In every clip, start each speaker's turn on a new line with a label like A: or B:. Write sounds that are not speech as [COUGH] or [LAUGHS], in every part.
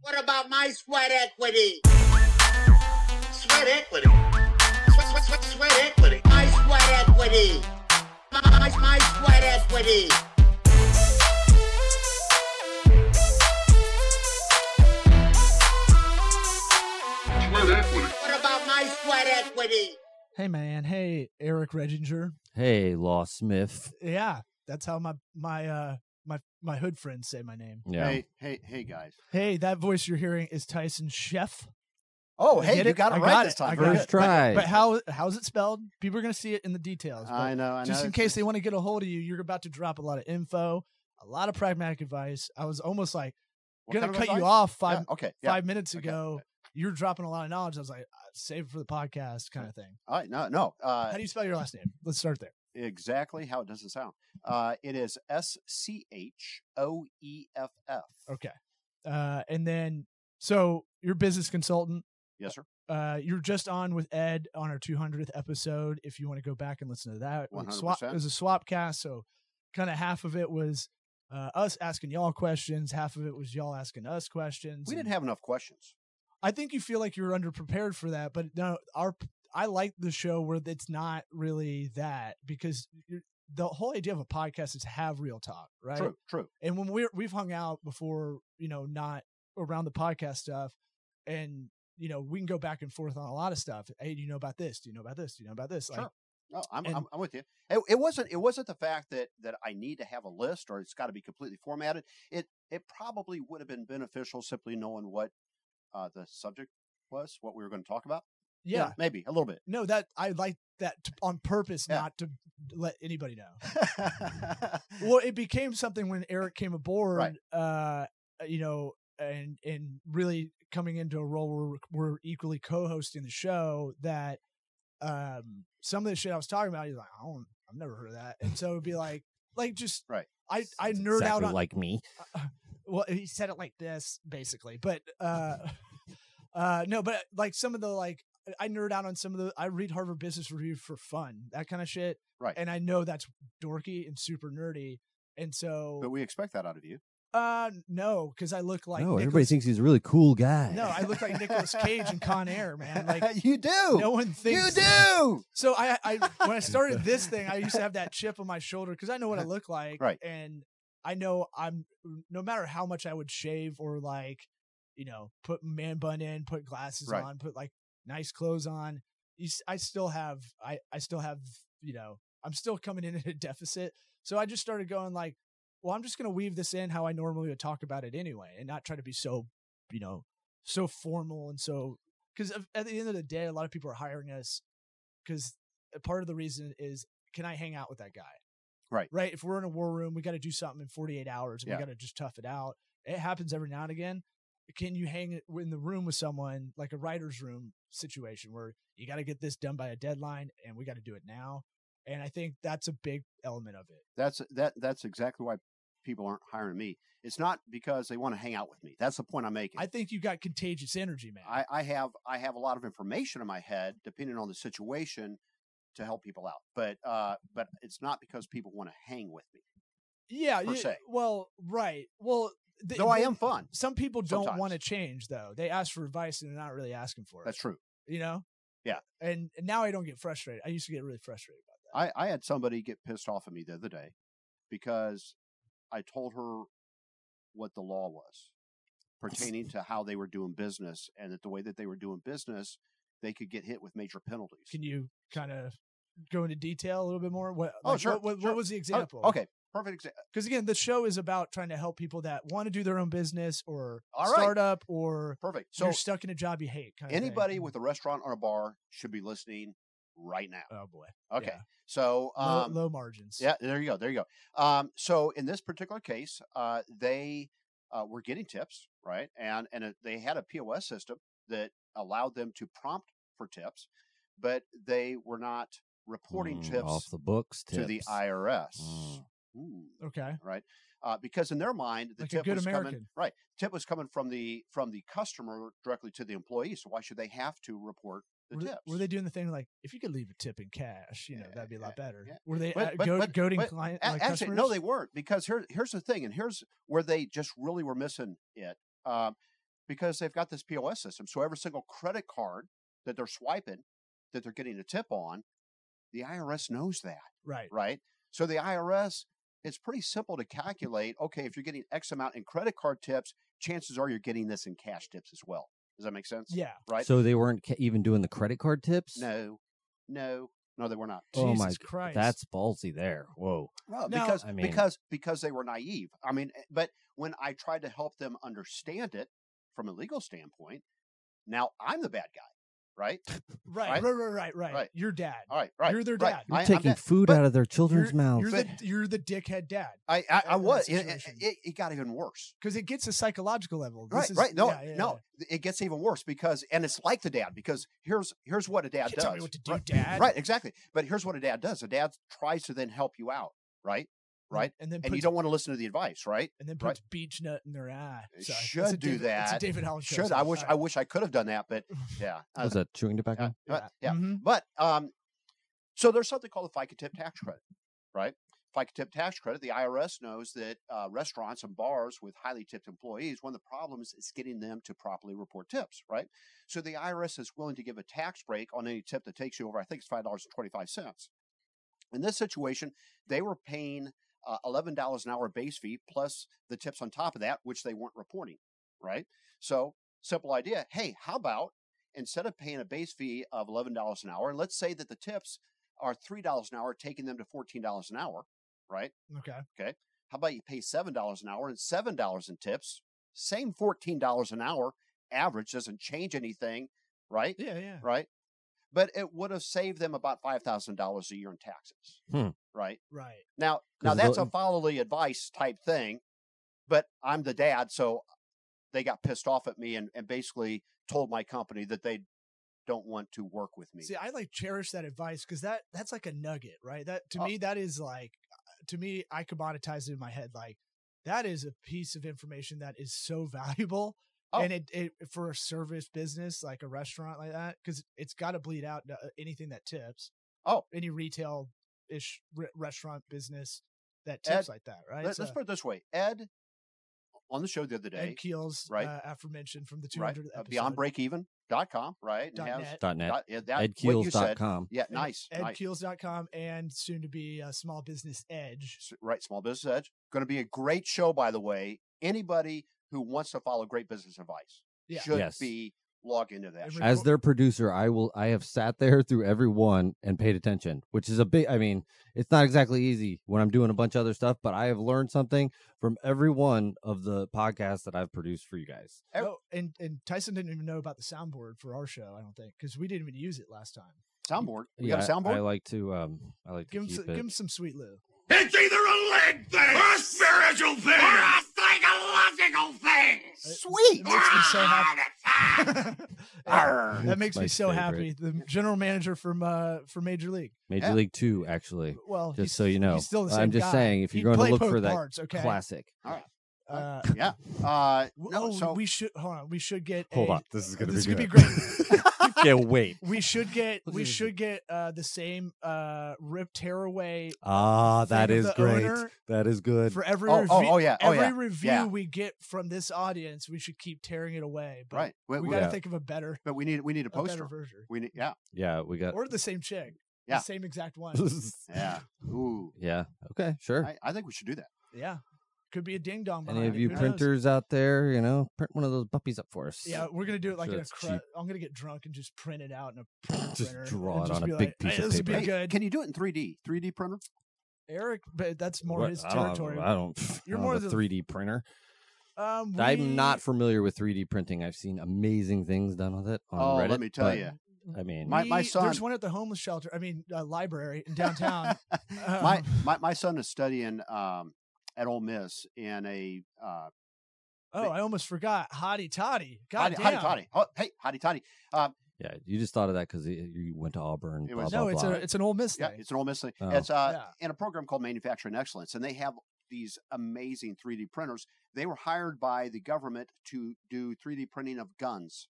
A: What about my sweat equity? Sweat equity. Sweat, sweat, sweat, sweat equity. My sweat equity. My, my, my sweat equity.
B: Sweat equity.
A: What about my sweat equity?
C: Hey man, hey Eric Redinger.
D: Hey, Law Smith.
C: Yeah, that's how my my uh my my hood friends say my name.
D: Yeah.
E: Hey, hey, hey, guys.
C: Hey, that voice you're hearing is Tyson Chef.
E: Oh,
C: I
E: hey,
C: get
E: you
C: it.
E: got it
C: I
E: right
C: got
E: this
C: it. I
E: time.
C: got
E: Very
C: it.
D: First
E: good.
D: try.
C: But how how's it spelled? People are gonna see it in the details.
E: I
C: but
E: know. I know.
C: just in
E: It's-
C: case they want to get a hold of you, you're about to drop a lot of info, a lot of pragmatic advice. I was almost like
E: What
C: gonna
E: kind of
C: cut you
E: advice?
C: off five
E: Yeah, okay. Yeah.
C: five minutes
E: okay.
C: ago. You're dropping a lot of knowledge. I was like, uh, save it for the podcast kind of thing.
E: All right. No, no. Uh,
C: How do you spell your last name? Let's start there.
E: exactly how it doesn't sound. Uh, it is S C H O E F F.
C: Okay. Uh, and then, so you're a business consultant.
E: Yes, sir.
C: Uh, you're just on with Ed on our 200th episode. If you want to go back and listen to that, We swap, it
E: 100%.
C: was a swap cast. So, kind of half of it was uh, us asking y'all questions, half of it was y'all asking us questions.
E: We
C: and
E: didn't have enough questions.
C: I think you feel like you're underprepared for that, but no, our I like the show where it's not really that because you're, the whole idea of a podcast is have real talk, right?
E: True, true.
C: and when we're we've hung out before you know not around the podcast stuff and you know we can go back and forth on a lot of stuff hey do you know about this do you know about this do you know about this like
E: Sure. No, I'm,
C: And-
E: I'm, I'm with you. It, it wasn't it wasn't the fact that that I need to have a list or it's got to be completely formatted. It it probably would have been beneficial simply knowing what uh, the subject was, what we were going to talk about.
C: yeah,
E: maybe a little bit.
C: no that i like that t- on purpose
E: Yeah.
C: not to let anybody know well it became something when eric came aboard uh you know and and really coming into a role where we're- we're equally co-hosting the show that um some of the shit i was talking about he's like i don't i've never heard of that and so it'd be like like just
E: Right.
C: i i
D: Sounds
C: nerd out
D: exactly
C: on
D: like me.
C: well he said it like this basically but uh [LAUGHS] uh no but like some of the like i nerd out on some of the i read harvard business review for fun that kind of shit
E: Right.
C: and i know that's dorky and super nerdy and [LAUGHS] so
E: but we expect that out of you.
C: uh no because i look like
D: no, everybody
C: Nicolas-
D: thinks he's a really cool guy.
C: no i [LAUGHS] look like Nicolas cage in con air man like
E: you do.
C: no one
E: you
C: thinks
E: do.
C: so I, I when I
E: [LAUGHS]
C: started this thing, I used to have that chip on my shoulder because I know what I look like,
E: Uh-huh. Right.
C: And I know I'm no matter how much I would shave or like, you know, put man bun in, put glasses
E: Right.
C: on, put like nice clothes on. You, s- I still have, I, I still have, you know, I'm still coming in at a deficit. So I just started going like, well, I'm just gonna weave this in how I normally would talk about it anyway, and not try to be so, you know, so formal and so because at the end of the day, a lot of people are hiring us because uh, part of the reason is can I hang out with that guy?
E: Right.
C: Right. If we're in a war room, we got to do something in 48 hours and
E: Yeah.
C: we got to just tough it out. It happens every now and again. Can you hang it in the room with someone like a writer's room situation where you got to get this done by a deadline and we got to do it now? And I think that's a big element of it.
E: [LAUGHS] That's that. That's exactly why people aren't hiring me. It's not because they want to hang out with me. That's the point I'm making.
C: I think you got contagious energy, man.
E: I, I have I have a lot of information in my head, depending on the situation, to help people out. But uh, but it's not because people want to hang with me.
C: yeah.
E: per
C: you-
E: se.
C: Well, right. Well, th-
E: Though I
C: th-
E: am fun.
C: Some people don't
E: Sometimes.
C: want to change, though. They ask for advice and they're not really asking for it.
E: That's true.
C: you know
E: Yeah.
C: and, and now i don't get frustrated i used to get really frustrated about that
E: I, I had somebody get pissed off at me the other day because I told her what the law
C: [LAUGHS]
E: was pertaining to how they were doing business and that the way that they were doing business, they could get hit with major penalties.
C: can you kind of go into detail a little bit more what
E: Oh,
C: like,
E: sure,
C: what, what,
E: sure.
C: what was the
E: Oh,
C: example
E: okay. Perfect example.
C: because again the show is about trying to help people that want to do their own business or
E: All right.
C: startup or
E: Perfect.
C: so
E: So
C: you're stuck in a job you hate kind
E: anybody
C: [LAUGHS]
E: with a restaurant or a bar should be listening right now.
C: oh boy
E: Okay.
C: yeah.
E: So
C: Low-
E: um,
C: low, margins
E: Yeah, there you go. There you go. Um, so in this particular case, uh, they uh, were getting tips, right? And and it, they had a POS system that allowed them to prompt for tips, but they were not reporting
D: Mm, off
E: tips
D: the books
E: to the
D: tips.
E: IRS.
D: Mm.
E: Ooh,
C: okay
E: Uh, because in their mind, the
C: Like a
E: tip
C: good
E: was coming
C: American.
E: right. Tip was coming from the from the customer directly to the employee. So why should they have to report the
C: were,
E: tips?
C: were they doing the thing like if you could leave a tip in cash you know
E: Yeah,
C: that'd be a lot better
E: yeah.
C: were they
E: But-
C: uh,
E: but-
C: goad-
E: but-
C: goading
E: but
C: client
E: A-
C: like
E: actually,
C: customers?
E: no, they weren't because here, here's the thing, and here's where they just really were missing it. Um, because they've got this POS system. So every single credit card that they're swiping, that they're getting a tip on, the IRS knows that, [LAUGHS]
C: Right.
E: right? So the IRS, it's pretty simple to calculate. Okay, if you're getting X amount in credit card tips, chances are you're getting this in cash tips as well. Does that make sense?
C: Yeah.
E: Right.
D: So they weren't ca- even doing the credit card tips.
E: no, no, no, they were not.
D: Oh my
C: Jesus
D: g-
C: Christ.
D: That's ballsy. There. Whoa.
E: Well,
C: Now-
E: because
D: I mean-
E: because because they were naive. I mean, eh, but when I tried to help them understand it from a legal standpoint, now I'm the bad guy, right? right?
C: right. Right. Right. Right. Right.
E: Right.
C: Your dad.
E: All right, right.
C: You're their
E: right.
C: dad.
D: You're
E: I- I'm
D: taking
E: that-
D: food
E: but
D: out of their
C: You're,
D: children's mouths.
C: you're
E: But-
C: the you're the dickhead dad
E: I I, I
C: in that
E: was. It, it,
C: uh, situation.
E: it- it got even worse.
C: because it gets a psychological level. This
E: Right,
C: is-
E: right. No,
C: yeah, yeah,
E: no.
C: yeah.
E: th- It gets even worse because, and it's like the dad because here's here's what a dad
C: Can't
E: does.
C: tell me what to do,
E: right,
C: Dad.
E: Right, exactly. But here's what a dad does. A dad tries to then help you out, right? Right.
C: And then
E: And you
C: puts-
E: don't want to listen to the advice, right?
C: and then
E: right.
C: puts beach nut in their eye.
E: It
C: Sorry, that's
E: should
C: a
E: do
C: David- that's a
E: that.
C: David Allen. Coe
E: Should
C: song.
E: I wish
C: All
E: I
C: right.
E: wish I could have done that,
C: [LAUGHS]
E: but yeah, I-
D: was that chewing [LAUGHS]
E: uh,
D: tobacco?
E: uh, yeah.
C: Mhm.
E: But um, so there's something called the FICA tip tax credit, right? FICA tip tax credit. The IRS knows that uh, restaurants and bars with highly tipped employees, one of the problems is getting them to properly report tips, right? So the IRS is willing to give a tax break on any tip that takes you over. I think it's five dollars and twenty-five cents. In this situation, they were paying uh, eleven dollars an hour base fee plus the tips on top of that, which they weren't reporting, right? So simple idea. Hey, how about instead of paying a base fee of eleven dollars an hour, let's say that the tips are three dollars an hour, taking them to fourteen dollars an hour, right?
C: Okay.
E: How about you pay seven dollars an hour and seven dollars in tips, same fourteen dollars an hour average doesn't change anything, right?
C: Yeah. Yeah.
E: Right. But it would have saved them about five thousand dollars a year in taxes,
D: Hmm.
E: right?
C: Right.
E: Now, now
D: 'Cause
E: that's a
D: they'll-
E: fatherly advice type thing, but I'm the dad, so they got pissed off at me and, and basically told my company that they don't want to work with me.
C: See, I like cherish that advice because that that's like a nugget, right? That to
E: Oh.
C: me, that is like uh, to me, I commoditize it in my head. Like that is a piece of information that is so [LAUGHS] valuable,
E: Oh.
C: and it, it for a service business like a restaurant like that because it's got to bleed out to, uh, anything that tips.
E: Oh.
C: any retail ish re- restaurant business that tips
E: Ed,
C: like that, right?
E: Let,
C: So-
E: us put it this way: Ed on the show the other day,
C: Ed Keels,
E: right?
C: uh, aforementioned from the 200th
E: right? Uh,
C: episode.
E: BeyondBreakeven.com, right? and
C: dot
E: has-
C: net,
D: Dot net.
E: dot- yeah, that- what you said.
D: EdKeels.com.
E: Yeah,
C: and
E: nice, nice.
C: edkeels.com and soon to be uh, Small Business Edge.
E: S- Right, Small Business Edge. Going to be a great show, by the way. Anybody who wants to follow great business advice
C: Yeah.
E: should
D: Yes.
E: be log into that.
C: And
E: show.
C: re-
D: As their producer, I will. I have sat there through every one and paid attention, which is a big. I mean, it's not exactly easy when I'm doing a bunch of other stuff, but I have learned something from every one of the podcasts that I've produced for you guys.
E: Ev-
C: Oh, and and Tyson didn't even know about the soundboard for our show. I don't think because we didn't even use it last time.
E: soundboard. We
D: yeah,
E: got a
D: I- I
E: soundboard.
D: like to. Um, I like to
C: Give him
D: keep
C: some,
D: it.
C: give him some sweet
D: [LAUGHS]
C: Lou. [LAUGHS]
B: It's either a leg thing, or a spiritual thing, or a psychological thing.
C: Uh, Sweet. It makes me so happy.
D: [LAUGHS]
E: Arr.
C: uh, that makes
D: my
C: me so happy.
D: favorite.
C: The general manager from uh from Major League.
D: Major
E: Yeah.
D: League Two, actually.
C: Well,
D: Just
C: he's-
D: so you know,
C: he's still the same
D: I'm just
C: guy.
D: saying, if
C: He
D: you're going to
C: played
D: look
C: both
D: for that
C: parts, okay?
D: classic,
C: Uh,
E: yeah. Uh,
C: w-
E: [LAUGHS] no,
C: oh,
E: so
C: we should hold on. We should get.
D: hold
C: a-
D: on, Uh, this is going to be
C: this could be
D: good. [LAUGHS]
C: great.
D: Can't
C: [LAUGHS]
D: wait.
C: we should get.
D: Look
C: we
D: at this.
C: should get uh the same uh rip tearaway
D: Ah, that
C: Thing of
D: is
C: the
D: great.
C: owner.
D: That is good.
C: for every
E: Oh,
C: review.
E: oh, oh, yeah, oh,
C: every
E: yeah,
C: review
E: yeah.
C: we get from this audience, we should keep tearing it away. But
E: right. We,
C: we
E: we-
C: got to
D: Yeah.
C: think of a better,
E: but we need we need a
C: a better
E: poster.
C: version,
E: We need yeah
D: yeah, we got.
C: or the same chick,
E: Yeah.
C: the same
D: [LAUGHS]
C: exact one. [LAUGHS]
E: yeah. Ooh,
D: yeah. Okay. Sure.
E: I, I think we should do that.
C: yeah, could be a ding dong.
D: Any of you printers out there, you know, print one of those puppies up for us.
C: Yeah, we're gonna do it like
D: Sure,
C: in a.
D: it's
C: Cr-
D: cheap.
C: I'm gonna get drunk and just print it out in a printer
D: [LAUGHS] Just
C: printer
D: draw
C: and
D: it
C: just
D: on a
C: be
D: big
C: like,
D: piece
C: "Hey,
D: of
C: this would be
D: paper."
E: Hey,
C: good,
E: Can you do it in 3D? 3D printer? [LAUGHS]
C: Eric. But that's more
D: What-
C: his
D: I don't have-
C: territory.
D: I don't. [LAUGHS] I
C: You're
D: don't
C: more
D: have a
C: the-
D: 3D printer.
C: Um, we-
D: I'm not familiar with 3D printing. I've seen amazing things done with it on
E: Oh,
D: Reddit.
E: let me tell
D: but,
E: you.
D: I mean,
E: My- my
C: we- There's
E: son-
C: one at the homeless shelter. I mean, uh, library in downtown.
E: my,
D: [LAUGHS]
C: Um,
E: my my son is studying um, at Ole Miss in a uh,
C: oh, I almost forgot. Hottie Toddy. God
E: hotty, hotty
C: damn.
E: toddy. Oh, hey, hotty toddy. Um,
D: yeah, you just thought of that because you went to Auburn.
E: It
D: blah,
E: was-
D: blah,
C: No, it's a
D: blah.
C: it's an old miss.
E: yeah,
C: thing.
E: it's an Ole Miss thing.
D: Oh.
E: It's uh,
C: Yeah.
E: in a program called Manufacturing Excellence, and they have these amazing 3D printers. They were hired by the government to do 3D printing of guns,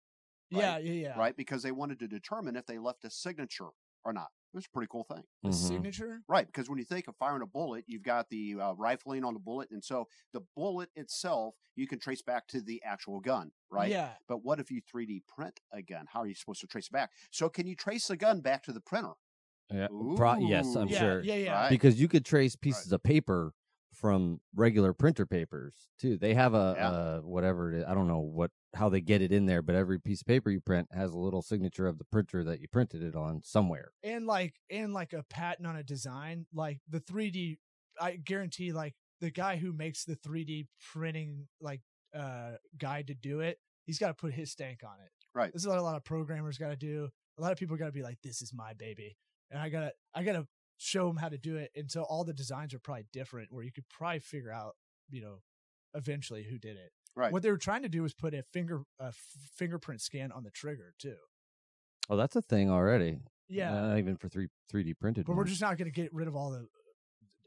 C: yeah, yeah, yeah.
E: right? Because they wanted to determine if they left a signature or not. It was a pretty cool thing.
C: The
D: Mhm.
C: signature.
E: Right, because when you think of firing a bullet, you've got the uh, rifling on the bullet, and so the bullet itself you can trace back to the actual gun, right?
C: Yeah.
E: But what if you 3D print a gun? How are you supposed to trace it back? So can you trace the gun back to the
C: [LAUGHS]
E: printer?
D: Yeah, pro- yes, I'm
C: yeah,
D: sure.
C: Yeah. Yeah.
E: Right.
D: because you could trace pieces of paper from regular printer papers too. They have a,
E: Yeah.
D: uh whatever it is. I don't know what how they get it in there, but every piece of paper you print has a little signature of the printer that you printed it on somewhere.
C: and like and like a patent on a design like the 3d i guarantee like the guy who makes the 3d printing like uh guide to do it he's got to put his stank on it
E: Right.
C: this is what a lot of programmers got to do a lot of people got to be like this is my baby and i gotta i gotta show them how to do it and so all the designs are probably different where you could probably figure out you know eventually who did it
E: Right.
C: what they were trying to do was put a finger a f- fingerprint scan on the trigger too
D: Oh, that's a thing already.
C: yeah
D: Uh, not even for three 3D printed.
C: but we're
D: ones.
C: just not going to get rid of all the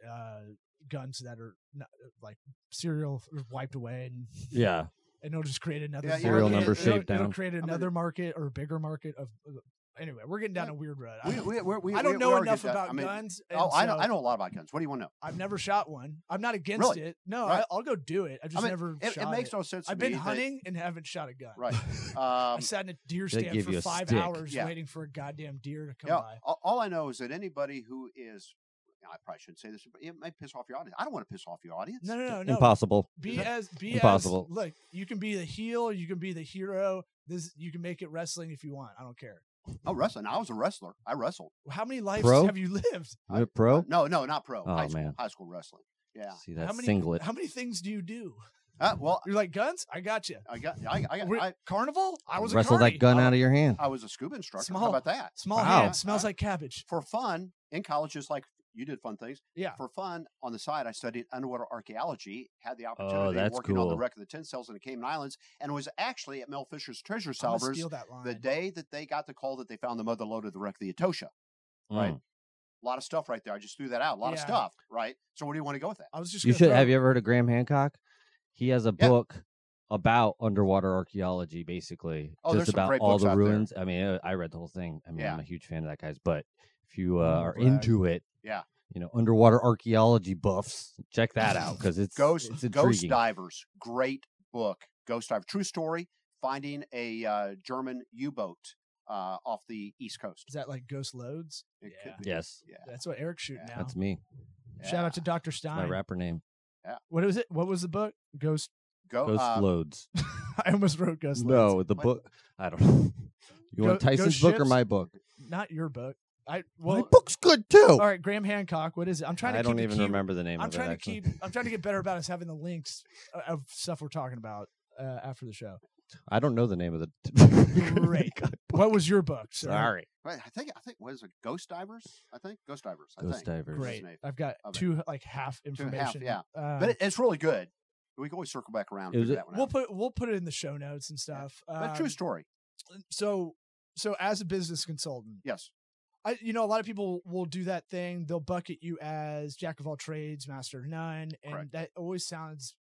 C: uh, guns that are not, uh, like serial or wiped away, and [LAUGHS]
D: yeah.
C: and it'll just create another
E: Yeah, yeah,
D: Serial
C: market.
D: number
C: it'll,
D: shaped
C: it'll
D: down.
C: create
E: gonna-
C: another market or a bigger market of. Anyway, we're getting down a weird road. I
E: We-
C: don't,
E: we- we're- we-
C: I don't
E: we-
C: know
E: we are
C: enough
E: getting down-
C: about
E: I mean,
C: guns. and
E: Oh, I know,
C: so
E: I know a lot about guns. What do you want to know?
C: I've never shot one. I'm not against
E: Really?
C: it. No,
E: Right.
C: I, I'll go do it. I've
E: I
C: just
E: mean,
C: never
E: It,
C: shot
E: it makes
C: it.
E: no sense. To
C: I've been
E: me that-
C: hunting and haven't shot a gun.
E: right.
C: [LAUGHS] I
E: Um,
C: sat in a deer
D: They
C: stand
D: give you
C: for
D: a
C: five
D: stick.
C: hours
E: Yeah.
C: waiting for a goddamn deer to come
E: yeah,
C: by.
E: all- all I know is that anybody who is, I probably shouldn't say this, but it may piss off your audience. I don't want to piss off your audience.
C: No, no, no, no.
D: Impossible.
C: be
D: [LAUGHS]
C: as be
D: Impossible.
C: as look you can be the heel you can be the hero this you can make it wrestling if you want i don't care
E: Oh, wrestling. I was a wrestler. I wrestled.
C: how many lives
D: Pro?
C: have you lived
D: Is it pro?
E: No, no, not pro.
D: Oh,
E: high school,
D: man.
E: high school wrestling. Yeah.
D: See that
C: how many
D: singlet.
C: how many things do you do
E: Uh, well,
C: you're like guns i got you
E: I got, I, I,
C: We're-
E: got, I,
C: carnival i was
D: Wrestle
C: a
D: that
C: carny.
D: gun
E: I-
D: out of your hand.
E: I was a scuba instructor.
C: Small.
E: How about that?
C: small
D: Wow.
C: hand smells
E: I-
C: like cabbage
E: For fun in college, just like you did fun things.
C: Yeah.
E: For fun on the side, I studied underwater archaeology. Had
C: Oh,
E: the opportunity of
D: that's
E: working on the
D: cool.
E: wreck of the tin cells in the Cayman Islands, and was actually at Mel Fisher's treasure
C: I'm gonna
E: salvers
C: steal that line
E: the day that they got the call that they found the mother lode of the wreck of the Etosha. Right.
D: Mm.
E: A lot of stuff right there. I just threw that out. A lot of
C: Yeah.
E: stuff, right? So where do you want to go with that?
C: i was just
D: You
C: gonna
D: should
C: throw-
D: have you ever heard of Graham Hancock? He has a
E: Yeah.
D: book about underwater archaeology, basically,
E: Oh, there's
D: just
E: some
D: about
E: great
D: all
E: books
D: the
E: out there.
D: ruins. I mean, uh, I read the whole thing. I mean,
E: Yeah.
D: I'm a huge fan of that guy's. But if you uh,
C: Oh,
D: are
C: brag.
D: into it,
E: Yeah.
D: you know, underwater archaeology buffs, check that out because it's
E: Ghost
D: it's
E: Ghost
D: intriguing.
E: Divers, great book. Ghost Diver, true story. Finding a uh, German U-boat uh, off the East Coast.
C: is that like ghost loads
E: It
C: yeah
E: could be.
D: Yes,
E: Yeah,
C: that's what eric's shooting
E: Yeah.
C: now
D: that's me.
C: shout out to
E: yeah.
C: dr
D: That's my
C: stein
D: rapper name.
C: what was it what was the book ghost [LAUGHS]
E: Go,
D: Ghost
E: uh,
D: Loads. [LAUGHS]
C: i almost wrote ghost loads
D: No, the
E: What?
D: book. I don't know. [LAUGHS] You want
C: Go- Ghost
D: Tyson's book or
C: Ships?
D: my book?
C: not your book i
D: my
C: well
D: book's good too.
C: all right graham hancock what is it i'm trying to
D: I
C: keep
D: don't
C: it
D: even
C: key-
D: remember the name
C: I'm
D: of
C: trying
D: it.
C: to
D: actually.
C: keep. I'm trying to get better about us having the links o- of stuff we're talking about uh, after the show.
D: I don't know the name of the. [LAUGHS]
C: Great. What was your book? sir?
D: Sorry.
E: Wait, I think I think what is it? Ghost Divers. I think Ghost Divers. I think.
D: Ghost Divers.
C: Great.
E: name
C: I've got
E: of it.
C: two like half
E: Two and a
C: information.
E: half, yeah.
C: Uh,
E: But it, it's really good. We can always circle back around.
D: It
E: and
D: was
E: figure
D: a-
E: that one
C: we'll
E: out.
C: put we'll put it in the show notes and stuff.
E: But true
C: Um,
E: story.
C: so so as a business consultant,
E: Yes.
C: I you know a lot of people will do that thing. They'll bucket you as jack of all trades, master of none, and
E: Correct.
C: that always sounds.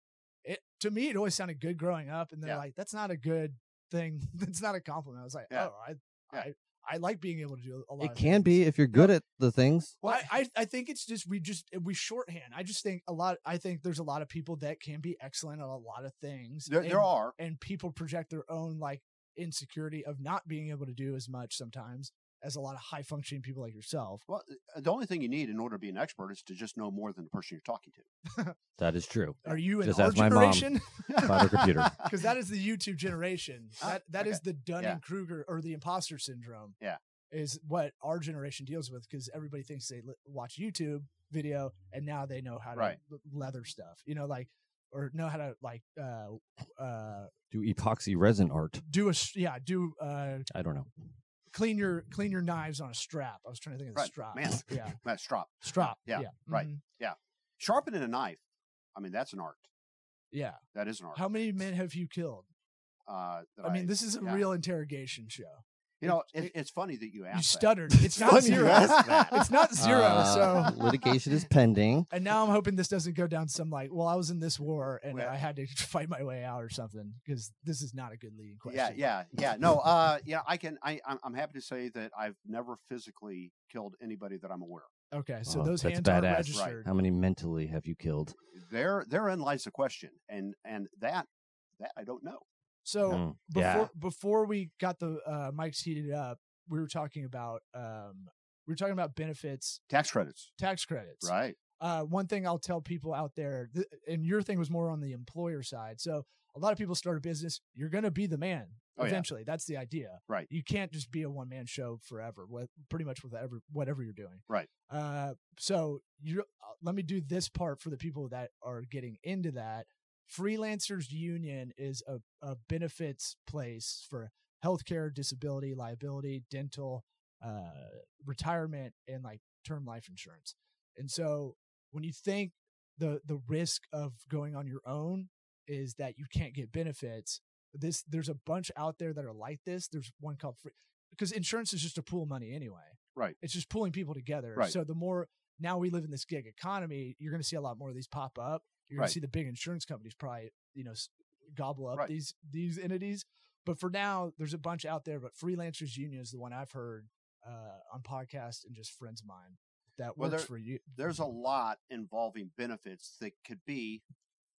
C: It to me, it always sounded good growing up, and they're
E: Yeah.
C: like, "That's not a good thing. [LAUGHS] That's not a compliment." I was like,
E: Yeah.
C: "Oh, I,
E: Yeah.
C: I, I like being able to do a lot."
D: It
C: of things."
D: can be if you're good at the things.
C: Well, I, I, I think it's just we just we shorthand. I just think a lot. I think there's a lot of people that can be excellent at a lot of things.
E: There,
C: and,
E: there are.
C: and people project their own like insecurity of not being able to do as much sometimes as a lot of high functioning people like yourself.
E: Well, uh, the only thing you need in order to be an expert is to just know more than the person you're talking to.
D: That is true.
C: Are you in
D: Just
C: our
D: ask my
C: [LAUGHS]
D: mom.
C: generation?
D: About her
E: [LAUGHS]
D: computer.
C: Because that is the YouTube generation.
E: Ah,
C: That that is the Dunning Kruger or the imposter syndrome.
E: Yeah.
C: is what our generation deals with because everybody thinks they li- watch YouTube video and now they know how to
E: Right.
C: l- leather stuff. You know, like or know how to like uh uh
D: Do epoxy resin art.
C: do a s- yeah do uh
D: I don't know.
C: clean your clean your knives on a strap. I was trying to think of the
E: Right.
C: strap.
E: Man.
C: [LAUGHS] Yeah,
E: Matt Strop.
C: strap.
E: Yeah.
C: Yeah,
E: Right.
C: Mhm.
E: Sharpening a knife. I mean, that's an art.
C: Yeah.
E: That is an art.
C: How many men have you killed?
E: uh, that
C: I mean, this is a
E: yeah.
C: real interrogation show.
E: You know,
C: it-
E: it, it's funny that you asked.
C: You
E: that.
C: stuttered. It's not
D: funny you
C: zero.
D: asked that.
C: It's not zero.
D: Uh,
C: so [LAUGHS]
D: litigation is pending.
C: and now I'm hoping this doesn't go down some like, well, I was in this war and
E: Well-
C: I had to [LAUGHS] fight my way out or something because this is not a good leading question.
E: Yeah, yeah, yeah. No, uh, yeah. I can. I, I'm, I'm happy to say that I've never physically killed anybody that I'm aware. of.
C: Okay, so
D: Oh,
C: those
D: that's
C: hands aren't
D: badass. Right.
C: registered.
D: How many mentally have you killed?
E: There, therein lies the question, and and that that I don't know.
C: So
D: Mm,
C: before
D: yeah.
C: before we got the uh, mics heated up, we were talking about um, we were talking about benefits,
E: Tax credits,
C: tax credits.
E: right?
C: Uh, one thing I'll tell people out there, th- and your thing was more on the employer side. So a lot of people start a business. You're going to be the man
E: Oh, yeah.
C: eventually. That's the idea.
E: Right.
C: You can't just be a one man show forever. What pretty much with every, whatever you're doing.
E: Right.
C: Uh, so you uh, let me do this part for the people that are getting into that. Freelancers Union is a, a benefits place for healthcare, disability, liability, dental, uh, retirement, and like term life insurance. And so when you think the the risk of going on your own is that you can't get benefits, this there's a bunch out there that are like this. There's one called free because insurance is just to pool money anyway.
E: Right.
C: It's just pulling people together.
E: Right.
C: So the more now we live in this gig economy, you're going to see a lot more of these pop up. You're going
E: Right.
C: to see the big insurance companies probably, you know, s- gobble up
E: Right.
C: these these entities. But for now, there's a bunch out there. But Freelancers Union is the one I've heard uh, on podcasts and just friends of mine that
E: Well,
C: works
E: there-
C: for you.
E: There's a lot involving benefits that could be,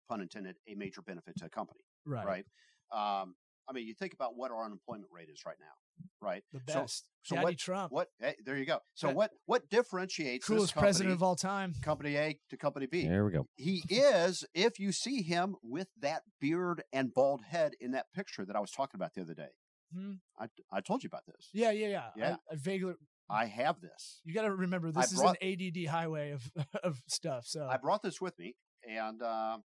E: pun intended, a major benefit to a company,
C: right,
E: right? Um, I mean, you think about what our unemployment rate is right now, right?
C: the
E: So-
C: best.
E: so
C: Daddy
E: what-
C: Trump,
E: What? Hey, there you go. So
C: Yeah.
E: what? What differentiates this
C: coolest
E: company,
C: president of all time.
E: company A to company B?
D: There we go.
E: he is if you see him with that beard and bald head in that picture that I was talking about the other day.
C: Hmm.
E: I, I told you about this.
C: Yeah, yeah, yeah.
E: Yeah.
C: I, I vaguely.
E: I have this.
C: You got to remember this is
E: brought-
C: an ADD highway of [LAUGHS] of stuff. So
E: I brought this with me, and uh,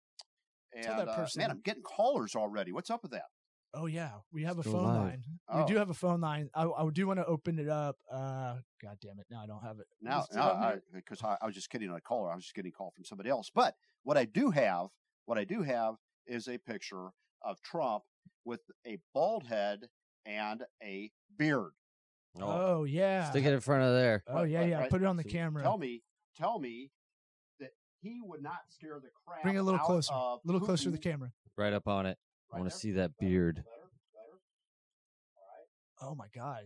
E: and
C: Uh. Tell that
E: uh,
C: person-
E: man, I'm getting callers already. What's up with that?
C: Oh yeah, we have a
D: Still
C: phone
D: live.
C: line.
E: Oh.
C: We do have a phone line. I, I do want to open it up. Uh, God damn it! No, I don't have it.
E: Now,
C: Let's do it on
E: now
C: here.
E: because I, I was just getting a caller, I was just getting a call from somebody else. But what I do have, what I do have, is a picture of Trump with a bald head and a beard.
C: oh, yeah.
D: Stick it in front of there.
C: Oh yeah,
E: right,
C: yeah.
E: right.
C: Put it on the
D: So
C: camera.
E: Tell me, tell me that he would not scare the crap.
C: Bring it a little
E: out
C: closer. A
E: of
C: little closer to the
E: Putin
C: camera.
D: Right up on it. I
E: right
D: want to
E: there.
D: see that
E: Better,
D: beard.
E: better, better.
C: Oh my God,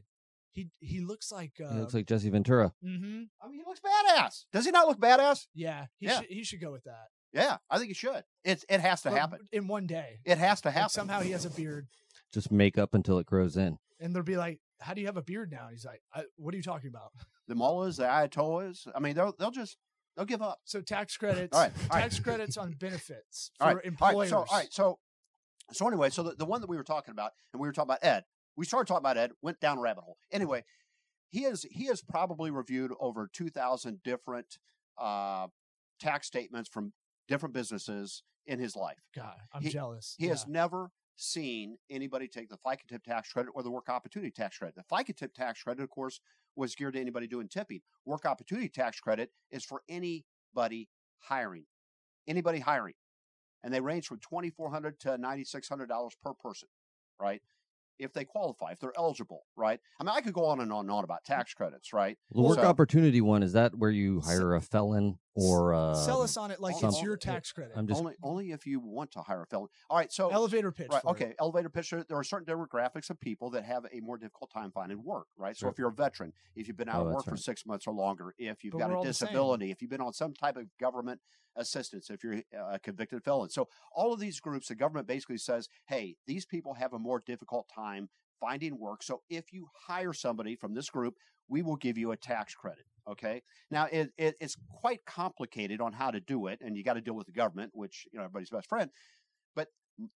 C: he he looks like. Uh,
D: He looks like Jesse Ventura.
C: hmm
E: I mean, he looks badass. Does he not look badass?
C: Yeah, he
E: Yeah.
C: should he should go with that.
E: Yeah, I think he should. It's it has to
C: But
E: happen.
C: in one day.
E: It has to
C: Like,
E: happen.
C: somehow he has a beard,
D: Just make up until it grows in.
C: and they'll be like, "How do you have a beard now?" And he's like, I, "What are you talking about?"
E: the mullahs, the ayatollahs. I mean, they'll they'll just they'll give up.
C: So tax credits,
E: right, [LAUGHS] all right.
C: tax credits on benefits for
E: All right, all right.
C: employers.
E: So all right. So so anyway, so the, the one that we were talking about, and we were talking about Ed. We started talking about Ed. Went down a rabbit hole. Anyway, he is he has probably reviewed over two thousand different uh, tax statements from different businesses in his life.
C: God, I'm
E: He-
C: jealous.
E: He
C: Yeah.
E: has never seen anybody take the FICA tip tax credit or the work opportunity tax credit. The FICA tip tax credit, of course, was geared to anybody doing tipping. Work opportunity tax credit is for anybody hiring, anybody hiring, and they range from twenty four hundred to ninety six hundred dollars per person, right? If they qualify, if they're eligible, right? I mean, I could go on and on and on about tax credits, right?
D: The work
E: So-
D: opportunity one is that where you
C: S-
D: hire a felon or uh,
C: Sell
E: um,
C: us on it like it's
E: some-
C: your tax credit.
D: I'm just
E: only, only if you want to hire a fellow. All right, so
C: Elevator pitch.
E: Oh, Right.
C: for it.
E: Okay. Elevator pitch. There there are certain demographics of people that have a more difficult time finding work. Right. So
D: Sure.
E: if you're a veteran, if you've been out of
D: Oh, that's
E: work for
D: right.
E: six months or longer, if you've
C: But
E: got
C: we're
E: a
C: all the same.
E: disability, if you've been on some type of government assistance, if you're uh, a convicted felon, so all of these groups, the government basically says, "Hey, these people have a more difficult time finding work. So if you hire somebody from this group, we will give you a tax credit." Okay. Now it, it it's quite complicated on how to do it, and you got to deal with the government, which you know everybody's best friend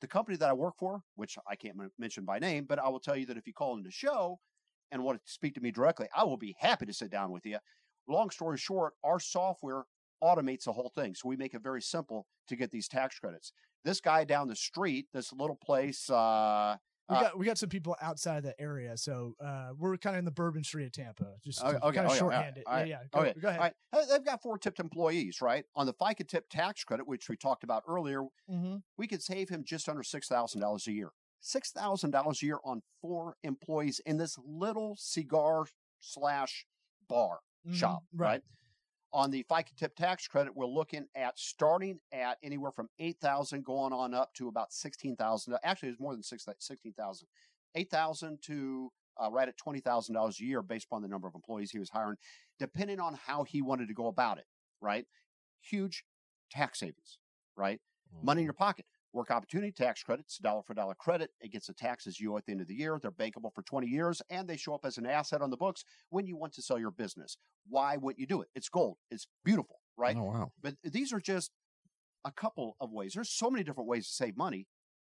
E: the company that I work for, which I can't men- mention by name, but I will tell you that if you call in the show and want to speak to me directly, I will be happy to sit down with you. Long story short, our software automates the whole thing. So we make it very simple to get these tax credits. This guy down the street, this little place, uh,
C: We
E: Uh,
C: got we got some people outside of the area, so uh, we're kind of in the Bourbon Street of Tampa. Just
E: Okay,
C: to
E: okay,
C: kind of
E: okay, all right,
C: shorthand it.
E: all right,
C: yeah, yeah. Go,
E: okay,
C: go ahead.
E: all right, uh, they've got four tipped employees, right? On the FICA tip tax credit, which we talked about earlier,
C: Mhm.
E: we could save him just under $6,000 a year. $6,000 a year on four employees in this little cigar slash bar
C: Mhm,
E: shop, right. On the FICA tip tax credit, we're looking at starting at anywhere from 8,000 going on up to about 16,000. Actually, it's more than six- 16,000. 8,000 to uh, right at $20,000 a year based upon the number of employees he was hiring, depending on how he wanted to go about it, right? Huge tax savings, right? Money in your pocket. Work opportunity tax credits, dollar for dollar credit. It gets the taxes you owe at the end of the year. They're bankable for 20 years and they show up as an asset on the books when you want to sell your business. Why wouldn't you do it? It's gold. It's beautiful, right?
D: Oh wow.
E: But these are just a couple of ways. There's so many different ways to save money,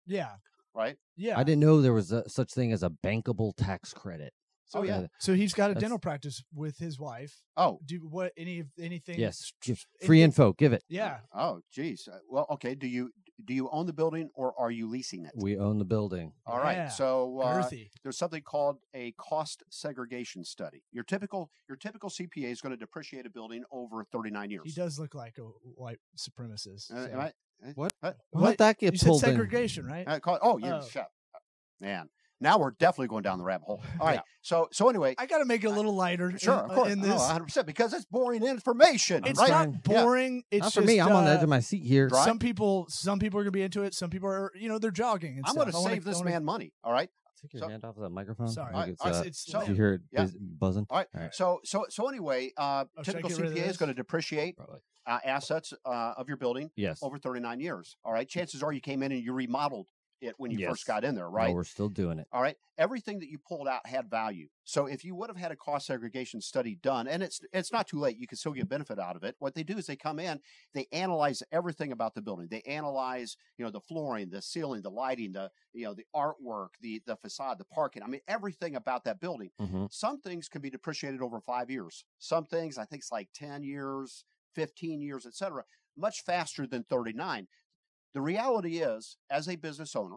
C: Yeah.
E: right?
C: Yeah.
D: I didn't know there was a, such thing as a bankable tax credit.
E: So, Oh, yeah.
D: Uh,
C: So he's got a
D: That's-
C: dental practice with his wife.
E: Oh,
C: Do what any of anything?
D: yes. just
C: it-
D: Free
C: it-
D: info. Give it.
C: Yeah.
E: oh, geez. Uh, Well, okay. Do you do you own the building or are you leasing it?
D: We own the building.
E: All right.
C: Yeah.
E: So uh,
C: Earthy.
E: there's something called a cost segregation study. Your typical your typical CPA is going to depreciate a building over 39 years.
C: He does look like a white supremacist.
E: Uh,
C: so-
E: am I-
D: What?
E: What?
D: What, that get
C: You said
D: pulled in?
C: segregation, right?
E: Uh, call- oh, yeah.
C: Oh.
E: Shut up. Man, now we're definitely going down the rabbit
C: [LAUGHS]
E: hole. All right.
C: Yeah.
E: So so anyway,
C: I got to make it a
E: I-
C: little lighter. in-
E: sure, of
C: uh,
E: course,
C: In
E: No,
C: this,
E: 100% because it's boring information.
C: it's
E: right?
C: not
E: Yeah.
C: boring. It's
D: Not for me.
C: just,
D: I'm on the edge
C: uh,
D: of my seat here.
E: Right?
C: Some people, some people are gonna be into it. Some people are, you know, they're jogging. And
E: I'm
C: going
E: going
C: to
E: to save this man money. All right.
D: Take your
E: So-
D: hand off that microphone.
C: Sorry.
D: I
E: I-
D: think it's,
E: I
D: uh,
E: said-
C: It's,
E: so-
D: did you hear it
E: yeah.
D: buzz- buzzing?
E: All right.
D: All right.
E: So so so anyway, uh,
C: Oh, should I
E: typical
C: get rid of
E: CPA is
C: this?
E: going to depreciate
D: Probably.
E: uh, assets uh, of your building
D: Yes.
E: over 39 years. All right. Chances are you came in and you remodeled it when you
D: Yes.
E: first got in there,
D: No,
E: right?
D: we're still doing it.
E: All right. Everything that you pulled out had value. So if you would have had a cost segregation study done, and it's it's not too late, you can still get benefit out of it. What they do is they come in, they analyze everything about the building. They analyze, you know, the flooring, the ceiling, the lighting, the you know, the artwork, the the facade, the parking. I mean, everything about that building.
D: hmm
E: Some things can be depreciated over five years. Some things, I think it's like 10 years, 15 years, et cetera, much faster than 39. The reality is, as a business owner,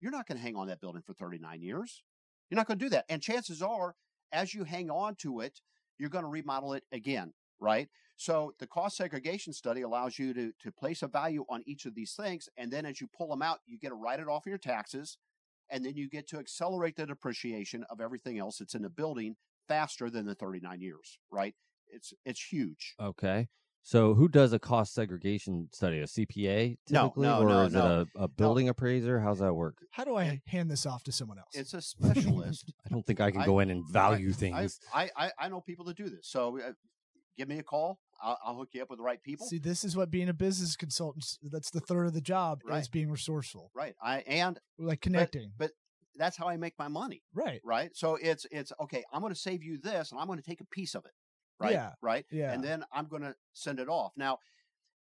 E: you're not going to hang on that building for 39 years. You're not going to do that. And chances are, as you hang on to it, you're going to remodel it again, right? So the cost segregation study allows you to, to place a value on each of these things. And then as you pull them out, you get to write it off of your taxes. And then you get to accelerate the depreciation of everything else that's in the building faster than the 39 years, right? It's it's huge.
D: Okay. So who does a cost segregation study? A CPA
E: No,
D: typically,
E: no,
D: or
E: no,
D: is
E: no,
D: it a, a building appraiser? How's that work?
C: How do I hand this off to someone else?
E: It's a
D: [LAUGHS]
E: specialist.
D: I don't think I can
E: I-
D: go in and value
E: I-
D: things.
E: I, I I know people that do this. So uh, give me a call. I'll, I'll hook you up with the right people.
C: See, this is what being a business consultant. s- That's the third of the job is
E: Right.
C: being resourceful,
E: Right. I and
C: like connecting.
E: but that's how I make my money.
C: right.
E: Right. So it's it's okay. I'm going to save you this, and I'm going to take a piece of it. Right.
C: Yeah.
E: Right.
C: Yeah.
E: And then I'm going to send it off. Now,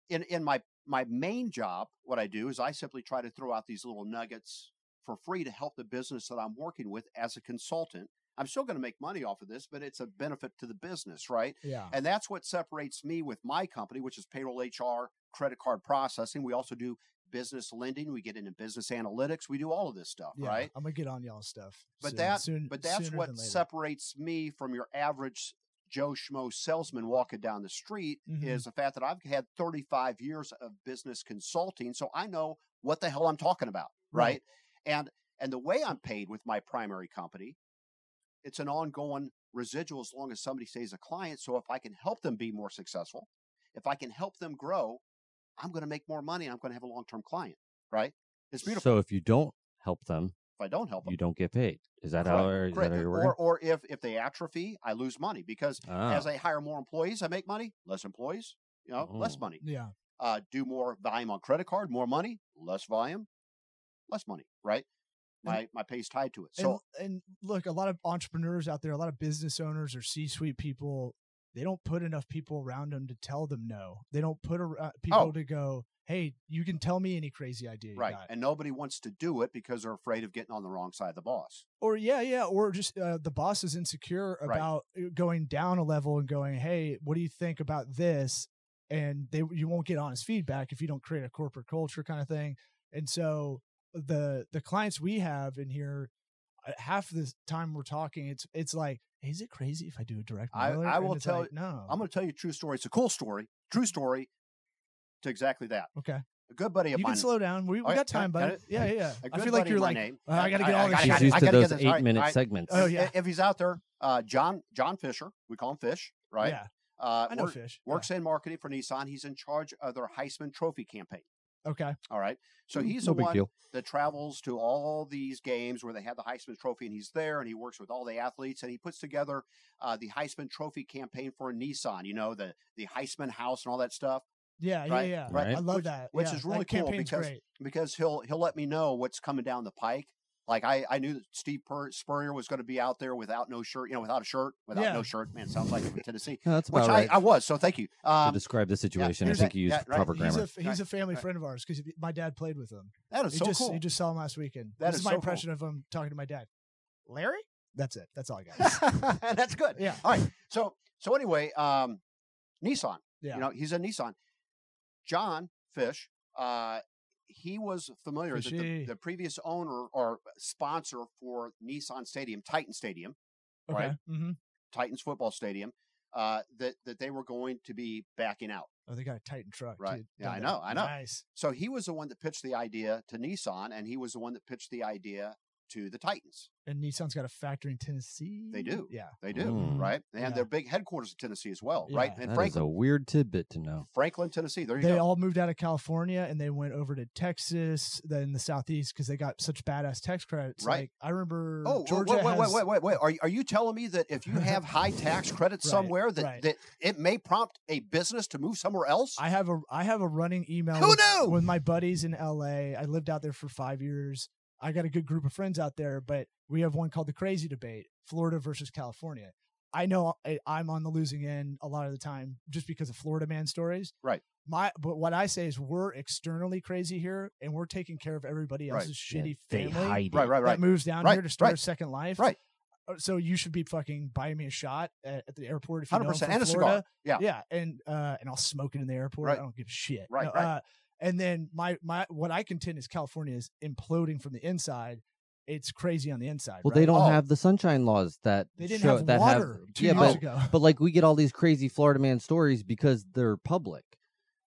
E: in in my my main job, what I do is I simply try to throw out these little nuggets for free to help the business that I'm working with as a consultant. I'm still going to make money off of this, but it's a benefit to the business, right? [LAUGHS]
C: yeah.
E: And that's what separates me with my company, which is payroll HR, credit card processing. We also do business lending. We get into business analytics. We do all of this stuff,
C: yeah,
E: right?
C: I'm gonna get on y'all stuff.
E: But
C: soon,
E: that-
C: soon,
E: But that's
C: sooner
E: what
C: than later.
E: separates me from your average Joe Schmo salesman walking down the street
C: Mhm.
E: is the fact that I've had 35 years of business consulting. So I know what the hell I'm talking about,
C: Right.
E: right? And and the way I'm paid with my primary company, it's an ongoing residual as long as somebody stays a client. So if I can help them be more successful, if I can help them grow, I'm going to make more money and I'm going to have a long-term client, right? It's beautiful.
D: So if you don't help them,
E: if I don't help them,
D: you don't get paid. Is that
E: Correct,
D: how? Is
E: correct.
D: that how you're working?
E: or or if if they atrophy, I lose money because
D: ah,
C: Oh.
E: as I hire more employees, I make money. Less employees, you know, less
D: Oh.
E: money.
C: Yeah.
E: Uh, do more volume on credit card, more money, less volume, less money. Right?
C: And-
E: My my pay's tied to it. So
C: and, and look, a lot of entrepreneurs out there, a lot of business owners or C-suite people, they don't put enough people around them to tell them no. They don't put ar- people
E: Oh.
C: to go, "Hey, you can tell me any crazy idea you
E: right,
C: got."
E: and nobody wants to do it because they're afraid of getting on the wrong side of the boss.
C: or yeah, yeah, or just uh, the boss is insecure
E: Right.
C: about uh, going down a level and going, "Hey, what do you think about this?" And they you won't get honest feedback if you don't create a corporate culture kind of thing. And so the the clients we have in here, uh, half the time we're talking, it's it's like, "Hey, is it crazy if I do a direct?
E: I-
C: mailer?"
E: I
C: And
E: will
C: it's
E: tell
C: like, no,
E: I'm going to tell you a true story. It's a cool story, true story, to exactly that.
C: okay,
E: A good buddy of
C: You
E: mine.
C: can slow down. We, we
E: Okay,
C: got time,
E: got
C: buddy.
E: it.
C: Yeah, yeah, yeah.
E: a
C: I
E: good
C: feel like
E: buddy
C: you're
E: of mine
C: like,
E: named-
C: "Uh, I gotta get all this
E: I
D: She's
C: shit."
E: gotta-
D: used
E: I
D: to
E: gotta get
D: those
E: this. All right,
D: eight-minute
E: all right.
D: segments.
C: Oh,
E: If-
C: yeah.
E: If he's out there, uh, John John Fisher, we call him Fish, right?
C: yeah,
E: Uh,
C: I know
E: work-
C: fish. Yeah.
E: works in marketing for Nissan. He's in charge of their Heisman Trophy campaign.
C: Okay.
E: All right. So
D: Mm,
E: he's
D: no
E: the
D: big
E: one
D: deal.
E: that travels to all these games where they have the Heisman Trophy, and he's there, and he works with all the athletes, and he puts together uh, the Heisman Trophy campaign for Nissan. You know, the the Heisman House and all that stuff,
C: Yeah,
E: Right,
C: yeah, yeah.
D: right.
C: I love
E: Which-
C: that.
E: which
C: yeah.
E: is really
C: that
E: cool
C: campaign's
E: because
C: great.
E: because he'll he'll let me know what's coming down the pike. Like I, I knew that Steve Pur- Spurrier was going to be out there without no shirt, you know, without a shirt, without
C: Yeah.
E: no shirt. Man, sounds like I'm from Tennessee,
D: No, that's
E: which
D: about
E: I,
D: right.
E: I was. So thank you.
D: to
E: Um,
D: describe the situation, I
E: here's
D: think
E: that-
D: you used
E: yeah, right,
D: proper
E: he's
C: he's a
D: grammar.
C: f- he's a family
E: right.
C: friend of ours because my dad played with him.
E: that is
C: He
E: so
C: just
E: cool.
C: he just saw him last weekend.
E: That
C: this
E: is
C: is my
E: so cool.
C: impression of him talking to my dad. Larry, that's it. That's all I got.
E: [LAUGHS] That's good.
C: yeah,
E: All right. So so anyway, um, Nissan.
C: yeah.
E: You know, he's a Nissan. John Fish, uh, he was familiar that
C: Fishy.
E: the, the previous owner or sponsor for Nissan Stadium, Titan Stadium,
C: okay.
E: right.
C: hmm
E: Titans football stadium, uh, that that they were going to be backing out.
C: Oh, they got a Titan truck.
E: Right.
C: dude.
E: Yeah, I
C: Done
E: know,
C: that.
E: I know.
C: Nice.
E: So he was the one that pitched the idea to Nissan, and he was the one that pitched the idea to the Titans.
C: And Nissan's got a factory in Tennessee.
E: do.
C: Yeah.
E: They do,
D: Mm.
E: right? They have
C: Yeah.
E: their big headquarters in Tennessee as well, right?
C: Yeah.
E: And
D: That is
E: Franklin,
D: a weird tidbit to know.
E: Franklin, Tennessee. There you
C: They
E: go.
C: all moved out of California and they went over to Texas, then the Southeast because they got such badass tax credits.
E: Right.
C: Like I remember.
E: Oh, wait,
C: Georgia
E: wait, wait,
C: has-
E: wait, wait, wait. Are, you- are you telling me that if you
C: [LAUGHS]
E: have high tax credits
C: Right,
E: somewhere, that,
C: right.
E: that it may prompt a business to move somewhere else?
C: I have a I have a running email
E: Who
C: with,
E: knew?
C: with my buddies in LA. I lived out there for five years. I got a good group of friends out there, but we have one called the crazy debate, Florida versus California. I know I, I'm on the losing end a lot of the time just because of Florida man stories.
E: Right.
C: My but what I say is we're externally crazy here and we're taking care of everybody
E: Right.
C: else's shitty family
E: right, right, right.
C: that moves down
E: Right,
C: here to start a
E: right,
C: second life.
E: right.
C: Uh, So you should be fucking buying me a shot at, at the airport if you know I'm
E: 100%
C: from
E: and a
C: Florida
E: cigar. Yeah.
C: yeah and uh and i'll smoke it in the airport
E: Right.
C: i don't give a shit
E: Right,
C: No,
E: right.
C: uh, and then my my what i contend is california is imploding from the inside it's crazy on the inside
D: Well,
C: right?
D: they don't
E: Oh.
D: have the sunshine laws that
C: they didn't
D: show,
C: have
D: that
C: water
D: Have,
C: two
D: yeah,
C: years
D: but
C: ago
D: but like we get all these crazy Florida man stories because they're public.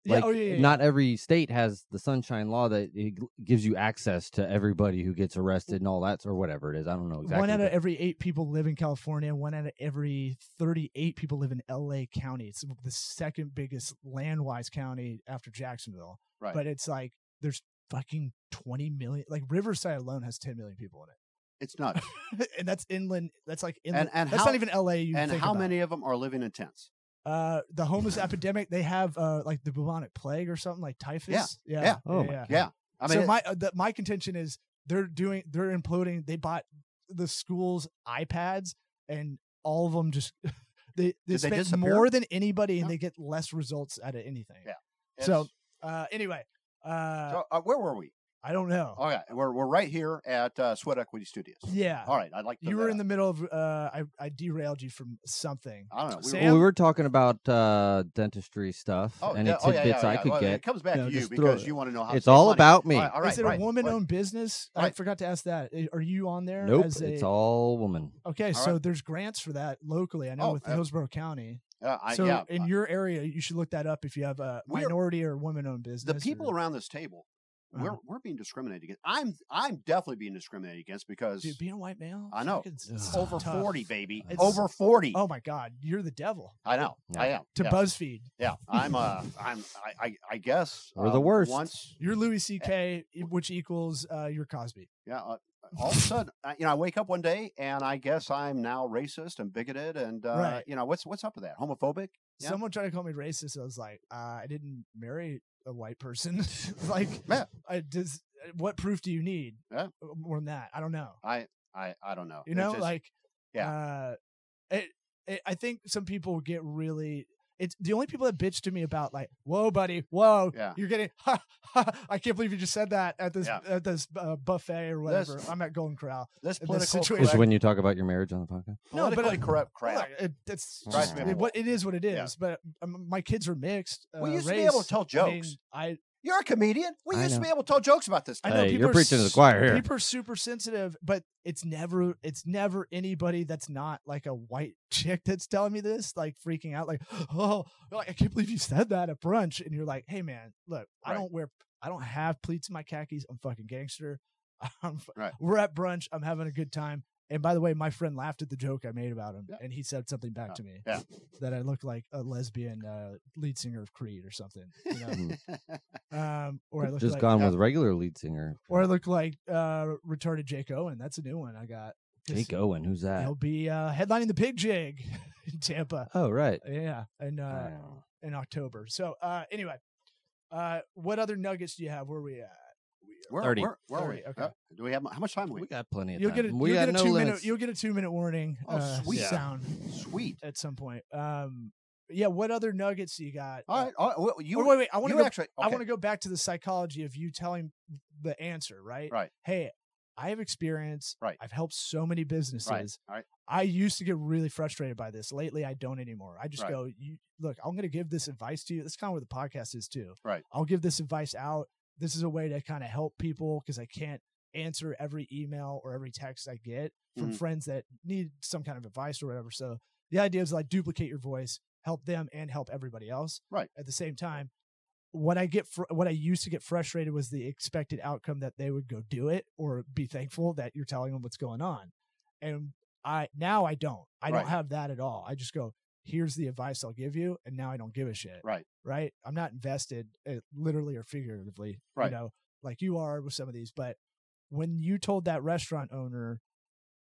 D: Like,
C: oh, [LAUGHS] yeah, yeah,
D: not every state has the sunshine law that it g- gives you access to everybody who gets arrested and all that or whatever it is. I don't know Oh, exactly.
C: one out of
D: but-
C: every eight people live in california one out of every 38 people live in la county it's the second biggest land-wise county after jacksonville
E: Right.
C: but it's like there's fucking 20 million like riverside alone has 10 million people in
E: It's nuts.
C: it [LAUGHS] and that's inland that's like
E: and
C: inland
E: and
C: that's
E: how,
C: not even la you
E: and
C: think
E: how
C: about.
E: many of them are living in tents?
C: uh the homeless
E: [LAUGHS]
C: epidemic they have uh like the bubonic plague or something like typhus yeah
E: yeah.
D: Oh my
E: Yeah. I mean,
C: Uh-huh. so
E: it-
C: my uh, the, my contention is they're doing they're imploding they bought the school's ipads and all of them just [LAUGHS] they they
E: Did they
C: spend
E: disappear?
C: more than anybody and
E: Yeah.
C: they get less results out of anything
E: Yeah.
C: so
E: it's-
C: uh anyway uh
E: so, uh, where were we?
C: i don't know
E: All right, we're we're right here at uh, Sweat Equity Studios.
C: yeah
E: All right, I'd like to
C: you were in the middle of uh i i derailed you from something
E: I don't know.
C: Sam?
D: [LAUGHS] Well, we were talking about uh, dentistry stuff, any
E: yeah,
D: tidbits
E: oh, yeah, yeah,
D: I
E: yeah.
D: could
E: Well, It
D: get.
E: comes back
D: you know,
E: to you
D: just throw
E: because
D: it.
E: you want to know how. to
D: It's
E: save
D: all
E: money.
D: about me.
E: All right, all right,
C: is it
E: right.
C: a woman-owned business? I
E: Right.
C: forgot to ask that. I- Are you on there?
D: Nope,
C: as a-
D: it's all woman.
C: okay.
E: right.
C: So there's grants for that locally. I know
E: Oh,
C: with
E: uh,
C: Hillsborough County.
E: What? Uh, I,
C: so
E: yeah,
C: in
E: uh,
C: your area, you should look that up if you have a
E: We're-
C: minority or woman-owned business.
E: the people
C: or,
E: around this table,
C: Uh-huh.
E: we're we're being discriminated against. I'm I'm definitely being discriminated against because
C: dude, being a white male.
E: I know.
C: fucking s-
D: Ugh.
C: so
E: over
C: tough.
E: forty, baby,
D: It's-
E: over forty.
C: Oh my God, you're the devil.
E: I know,
D: Yeah.
E: I am.
C: To
E: yeah,
C: BuzzFeed,
E: yeah, I'm. Uh, I'm. I. I, I guess
D: We're the
E: um,
D: worst.
E: Once,
C: you're Louis C.K.,
E: Eh,
C: which equals uh, your Cosby.
E: yeah. Uh, all of a sudden, I, you know, I wake up one day and I guess I'm now racist and bigoted and uh,
C: Right.
E: you know what's what's up with that? Homophobic? Yeah.
C: Someone tried to call me racist. I was like, uh, I didn't marry a white person. [LAUGHS] like,
E: Yeah.
C: I does uh, what proof do you need uh,
E: Yeah.
C: more than that? I don't know.
E: I. I. I don't know.
C: you
E: It
C: know
E: just-
C: like
E: yeah.
C: uh it, it, i think some people get really it's the only people that bitch to me about like whoa buddy whoa
E: Yeah.
C: you're getting [LAUGHS] ha, ha, i can't believe you just said that at this
E: Yeah.
C: at this uh, buffet or
E: This-
C: whatever i'm at golden corral
E: this
C: in this
E: political
C: situation-
D: Is
E: correct,
D: when you talk about your marriage on the podcast.
C: No, but,
E: politically
C: uh,
E: corrupt crap.
C: Look, it, it's
D: Right,
C: just,
E: man.
C: it- what it is what it is
E: Yeah.
C: but um, my kids are mixed uh,
E: we used
C: race.
E: to be able to tell
C: I mean,
E: jokes.
C: I,
E: You're a comedian. We
D: I
E: used to
D: know.
E: be able to tell jokes about this.
C: I
E: stuff.
C: know
D: Hey,
C: people
D: you're
C: are
D: preaching to the
C: s-
D: choir here.
C: people are super sensitive but it's never it's never anybody that's not like a white [LAUGHS] chick that's telling me this like [GASPS] freaking out like oh like, i can't believe you said that at brunch and you're like hey man look i
E: Right.
C: don't wear I don't have pleats in my khakis. I'm fucking gangster. [LAUGHS] I'm, fu-
E: Right.
C: We're at brunch. I'm having a good time. And by the way, my friend laughed at the joke I made about him,
E: Yeah.
C: and he said something back
D: Uh,
E: Yeah.
C: to me
E: Yeah.
C: that I look like a lesbian uh, lead singer of Creed or something, you know?
D: [LAUGHS]
C: um, or I look
D: Just
C: like
D: gone
E: Yeah.
D: with regular lead singer.
C: or I look like uh, retarded Jake Owen. That's a new one I got. 'Cause
D: Jake Owen, who's that?
C: He'll be uh, headlining the Pig Jig [LAUGHS] in
E: [LAUGHS]
C: Tampa.
D: Oh right.
C: Yeah, in uh,
D: Wow.
C: in October. So uh, anyway, uh, what other nuggets do you have? Where we at?
E: [LAUGHS] Where,
D: 30.
E: where, where are we?
C: 30, okay.
E: Uh, do we have how much time? do
D: we
E: We
D: got plenty of
C: You'll
D: time.
C: get a,
D: we
C: you'll
D: got
C: get a
D: no
C: two minute
D: limits.
C: you'll get a two minute warning
E: Oh,
C: uh,
E: sweet.
D: Yeah.
C: sound
E: sweet.
C: at some point. Um, yeah. What other nuggets do you got?
E: All right. All right. Well,
C: You,
E: you,
C: wait, wait. I want to
E: you
C: go.
E: actually.
C: I
E: okay.
C: want to go back to the psychology of you telling the answer, right?
E: Right.
C: Hey, I have experience.
E: Right.
C: I've helped so many businesses.
E: Right. All right.
C: I used to get really frustrated by this. Lately, I don't anymore. I just
E: Right.
C: go, you, look, I'm going to give this advice to you. That's kind of where the podcast is too.
E: Right.
C: I'll give this advice out. This is a way to kind of help people because I can't answer every email or every text I get from
E: Mhm.
C: friends that need some kind of advice or whatever. So the idea is like duplicate your voice, help them and help everybody else.
E: Right.
C: At the same time, what I get, fr- what I used to get frustrated was the expected outcome that they would go do it or be thankful that you're telling them what's going on. And I now I don't. I
E: Right.
C: don't have that at all. I just go, here's the advice I'll give you, and now I don't give a shit.
E: Right.
C: Right. I'm not invested, uh, literally or figuratively.
E: Right.
C: You know, like you are with some of these. But when you told that restaurant owner,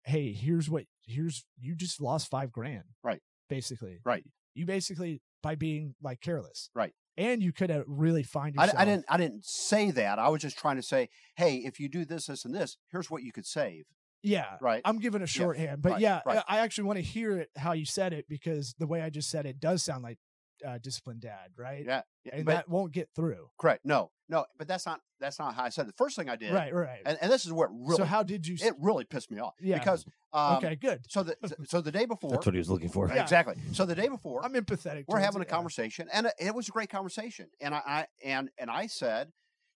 C: "Hey, here's what here's you just lost five grand."
E: Right.
C: Basically.
E: Right.
C: You basically by being like careless.
E: Right.
C: And you uh could have really find
E: I,
C: yourself.
E: I didn't. I didn't say that. I was just trying to say, hey, if you do this, this, and this, here's what you could save.
C: Yeah.
E: Right.
C: I'm giving a shorthand, but
E: right,
C: yeah,
E: right.
C: I I actually want to hear it how you said it because the way I just said it does sound like uh, disciplined dad, right?
E: yeah. yeah,
C: And
E: but-
C: that won't get through.
E: correct. No. No. But that's not. That's not how I said. It. The first thing I did.
C: Right, right.
E: And, and this is what really.
C: so how did you? s-
E: it really pissed me off.
C: Yeah.
E: Because. Um,
C: okay, good.
E: So the so the day before.
D: That's what he was looking for.
E: Right,
C: Yeah.
E: Exactly. So the day before,
C: I'm empathetic.
E: we're
C: towards
E: having a
C: it, yeah.
E: conversation, and uh, it- it was a great conversation. And I, I and and I said,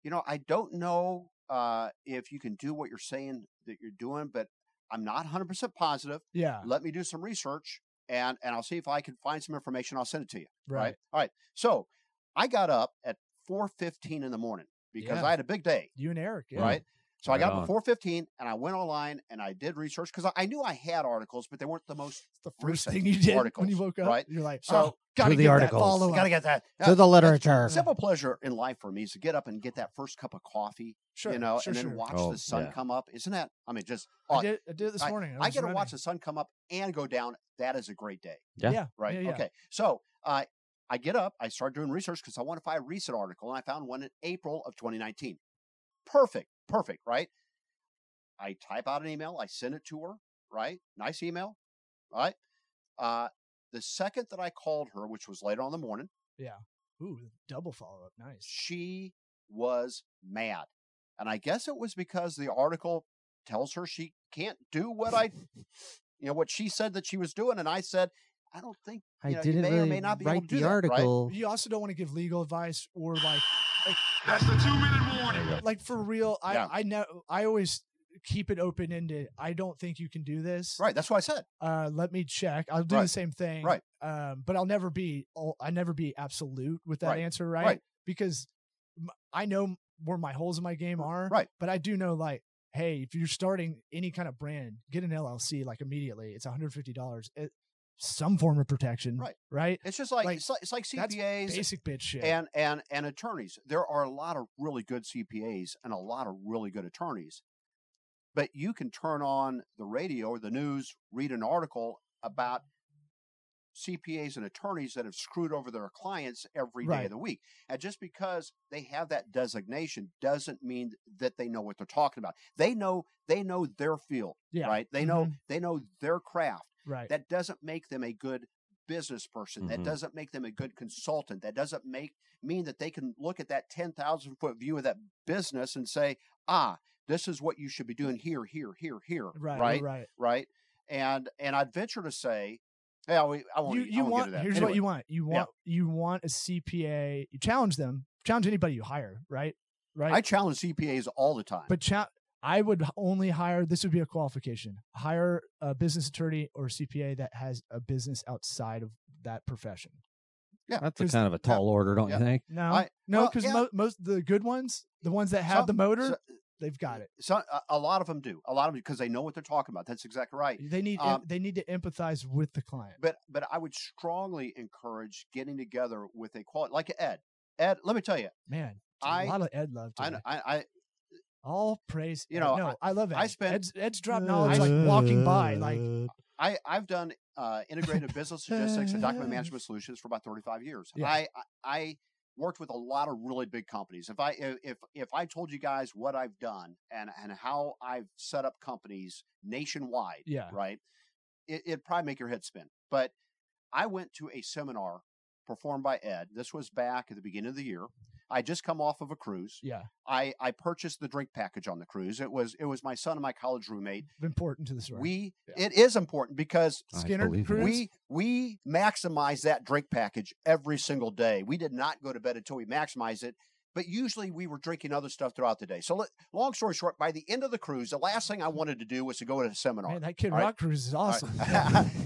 E: you know, I don't know uh, if you can do what you're saying that you're doing, but I'm not 100 percent positive.
D: Uh.
C: Yeah,
E: Let me do some research, and and I'll see if I can find some information. I'll send it to you.
C: right.
E: All right. So I got up at 4:15 in the morning because
C: Yeah.
E: I had a big day.
C: You and Eric, yeah.
E: Right. So I
D: Right
E: got up
D: on.
E: at 4:15 and I went online and I did research because I, I knew I had articles, but they weren't the most
C: It's the first
E: Recent
C: thing you did when you
E: articles,
C: woke up.
E: right?
C: You're like,
E: So-
C: oh, gotta
D: the
C: get
D: articles.
C: That follow
E: Gotta get that
D: To the
E: a
D: literature.
E: simple pleasure in life for me is to get up and get that first cup of coffee,
C: sure,
E: you know,
C: sure,
E: and then
C: sure.
E: watch
D: Oh,
E: the sun
D: yeah.
E: come up. Isn't that? I mean, just
C: I
E: oh,
C: did. I did it this
E: I-
C: morning.
E: I get to watch the sun come up and go down. That is a great day,
D: Yeah.
C: Yeah, yeah
E: right?
C: yeah, yeah.
E: Okay, so uh, I get up, I start doing research because I want to find a recent article, and I found one in April of 2019. Perfect, perfect, right? I type out an email, I send it to her, right? Nice email, right? Uh, the second that I called her, which was later on in the morning.
C: Ooh, double follow up. Nice.
E: she was mad. And I guess it was because the article tells her she can't do what
C: [LAUGHS]
E: I, you know, what she said that she was doing. And I said, I don't think
D: I
E: you know, you
D: didn't
E: may or
D: really
E: may not be able
D: write
E: to do
D: the
E: that, right?
D: article.
C: You also don't want to give legal advice
E: [SIGHS]
C: or like
B: [LAUGHS] That's the two minute
D: There
B: warning.
D: you go.
C: like for real, I
E: Yeah.
C: I know I always keep it open ended. I don't think you can do this.
E: right. That's what I said.
C: Uh, let me check. I'll do
E: Right.
C: the same thing.
E: Right.
C: Um, but I'll never be all, I never be absolute with that
E: Right.
C: answer, right?
E: Right.
C: Because m- I know where my holes in my game are.
E: Right.
C: But I do know like, hey, if you're starting any kind of brand, get an LLC like immediately. It's 150 dollars. eh, Some form of protection.
E: Right.
C: Right.
E: It's just like,
C: Like,
E: it's like, it's like
C: that's
E: CPAs
C: Basic bitch shit.
E: and, and, and attorneys. There are a lot of really good CPAs and a lot of really good attorneys, but you can turn on the radio or the news, read an article about CPAs and attorneys that have screwed over their clients every day
C: Right.
E: of the week. And just because they have that designation doesn't mean that they know what they're talking about. They know they know their field,
C: yeah. Mm-hmm.
E: right? They know they know their craft.
C: Right. Mm-hmm.
E: That doesn't make them a good business person. That
D: Mhm.
E: doesn't make them a good consultant. That doesn't make mean that they can look at that 10,000 foot view of that business and say, "Ah, this is what you should be doing here, here, here, here."
C: right.
E: right?
C: Right.
E: right? And and I'd venture to say, yeah, we, I won't. e,
C: you
E: I
C: you
E: won't get
C: want
E: to that.
C: here's what
E: Anyway,
C: you want you
E: Yeah.
C: want you want a CPA. You challenge them, challenge anybody you hire, right? Right.
E: I challenge CPAs all the time.
C: but cha- I would h- only hire. This would be a qualification: hire a business attorney or CPA that has a business outside of that profession.
E: Yeah,
D: [LAUGHS] That's a
C: 'cause-
D: kind of a tall order, don't
E: yeah.
D: you think?
C: No,
E: I-
C: no,
E: well,
C: because
E: yeah.
C: mo- most the good ones, the ones that have
E: Some-
C: the motor,
E: so-
C: they've got it.
E: So a, a lot of them do. A lot of them because they know what they're talking about. That's exactly right.
C: They need em-
E: Um,
C: they need to empathize with the client.
E: But but I would strongly encourage getting together with a quality like Ed. Ed, let me tell you,
C: Man, a
E: I-
C: lot of Ed love.
E: I,
C: today.
E: kn- I, I
C: All praise.
E: You
C: Ed.
E: know,
C: no, I, love Ed.
E: I spent-
C: Ed's, Ed's drop knowledge like walking by.
E: [LAUGHS]
C: Like
E: I I've done uh, integrated business statistics and
C: [LAUGHS]
E: document management solutions for about thirty five years.
C: Yeah.
E: I I I worked with a lot of really big companies. If I if if- if I told you guys what I've done and and how I've set up companies nationwide,
C: Yeah.
E: right, it, it'd probably make your head spin. But I went to a seminar performed by Ed. This was back at the beginning of the year. I just come off of a cruise.
C: yeah,
E: I, I purchased the drink package on the cruise. It was it was my son and my college roommate.
C: important to the story.
E: We
C: Yeah.
E: it is important because
D: I
C: Skinner
D: believe it.
C: Cruz.
E: we we maximize that drink package every single day. We did not go to bed until we maximized it, but usually we were drinking other stuff throughout the day. So, let, long story short, by the end of the cruise, the last thing I wanted to do was to go to a seminar.
C: Man, that Kid
E: All right.
C: Rock cruise is
E: All right.
C: awesome.
E: [LAUGHS]
C: [LAUGHS]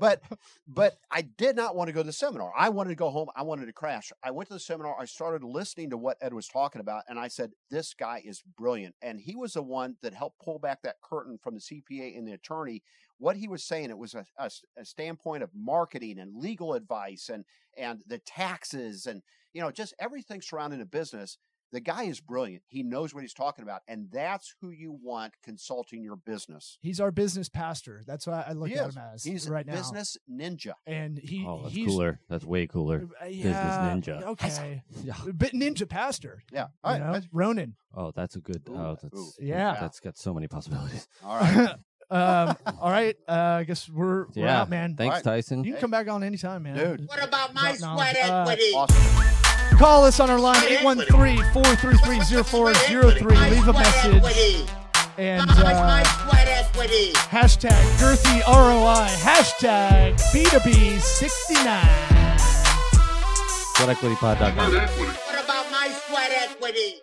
E: but but I did not want to go to the seminar. I wanted to go home. I wanted to crash. I went to the seminar. I started listening to what Ed was talking about, and I said, "This guy is brilliant." And he was the one that helped pull back that curtain from the CPA and the attorney. What he was saying, it was a, a s- a standpoint of marketing and legal advice, and and the taxes, and you know, just everything surrounding a business. The guy is brilliant. He knows what he's talking about, and that's who you want consulting your business.
C: he's our business pastor. That's why I look
E: He
C: at
E: is.
C: him as
E: He's
C: right
E: a
C: now.
E: business ninja.
C: and he
D: Oh, that's
C: he's
D: cooler. That's way cooler.
C: uh, yeah,
D: Business ninja.
E: [LAUGHS]
C: Okay,
D: Yeah.
C: but ninja pastor.
E: Yeah.
C: You
E: All right.
C: know?
E: that's-
C: Ronan.
D: Oh, that's a good.
E: Ooh,
D: oh,
E: ooh,
D: that's
C: Yeah.
D: That's got so many possibilities.
E: [LAUGHS]
D: [LAUGHS]
E: All right.
C: [LAUGHS] um, all right. Uh, I guess we're, we're
D: Yeah.
C: out, man.
D: Thanks,
E: right.
D: Tyson.
C: You can come back on anytime, man.
E: Dude.
A: What about my
C: Drop knowledge.
A: sweat
C: Uh,
A: equity?
E: Awesome.
C: Call us on our line 813-433-0403. Leave a message and uh,
A: sweat equity.
C: hashtag girthy ROI. Hashtag B2B69.
D: SweatEquityPod.com.
B: Sweat equity.
A: What about my sweat equity?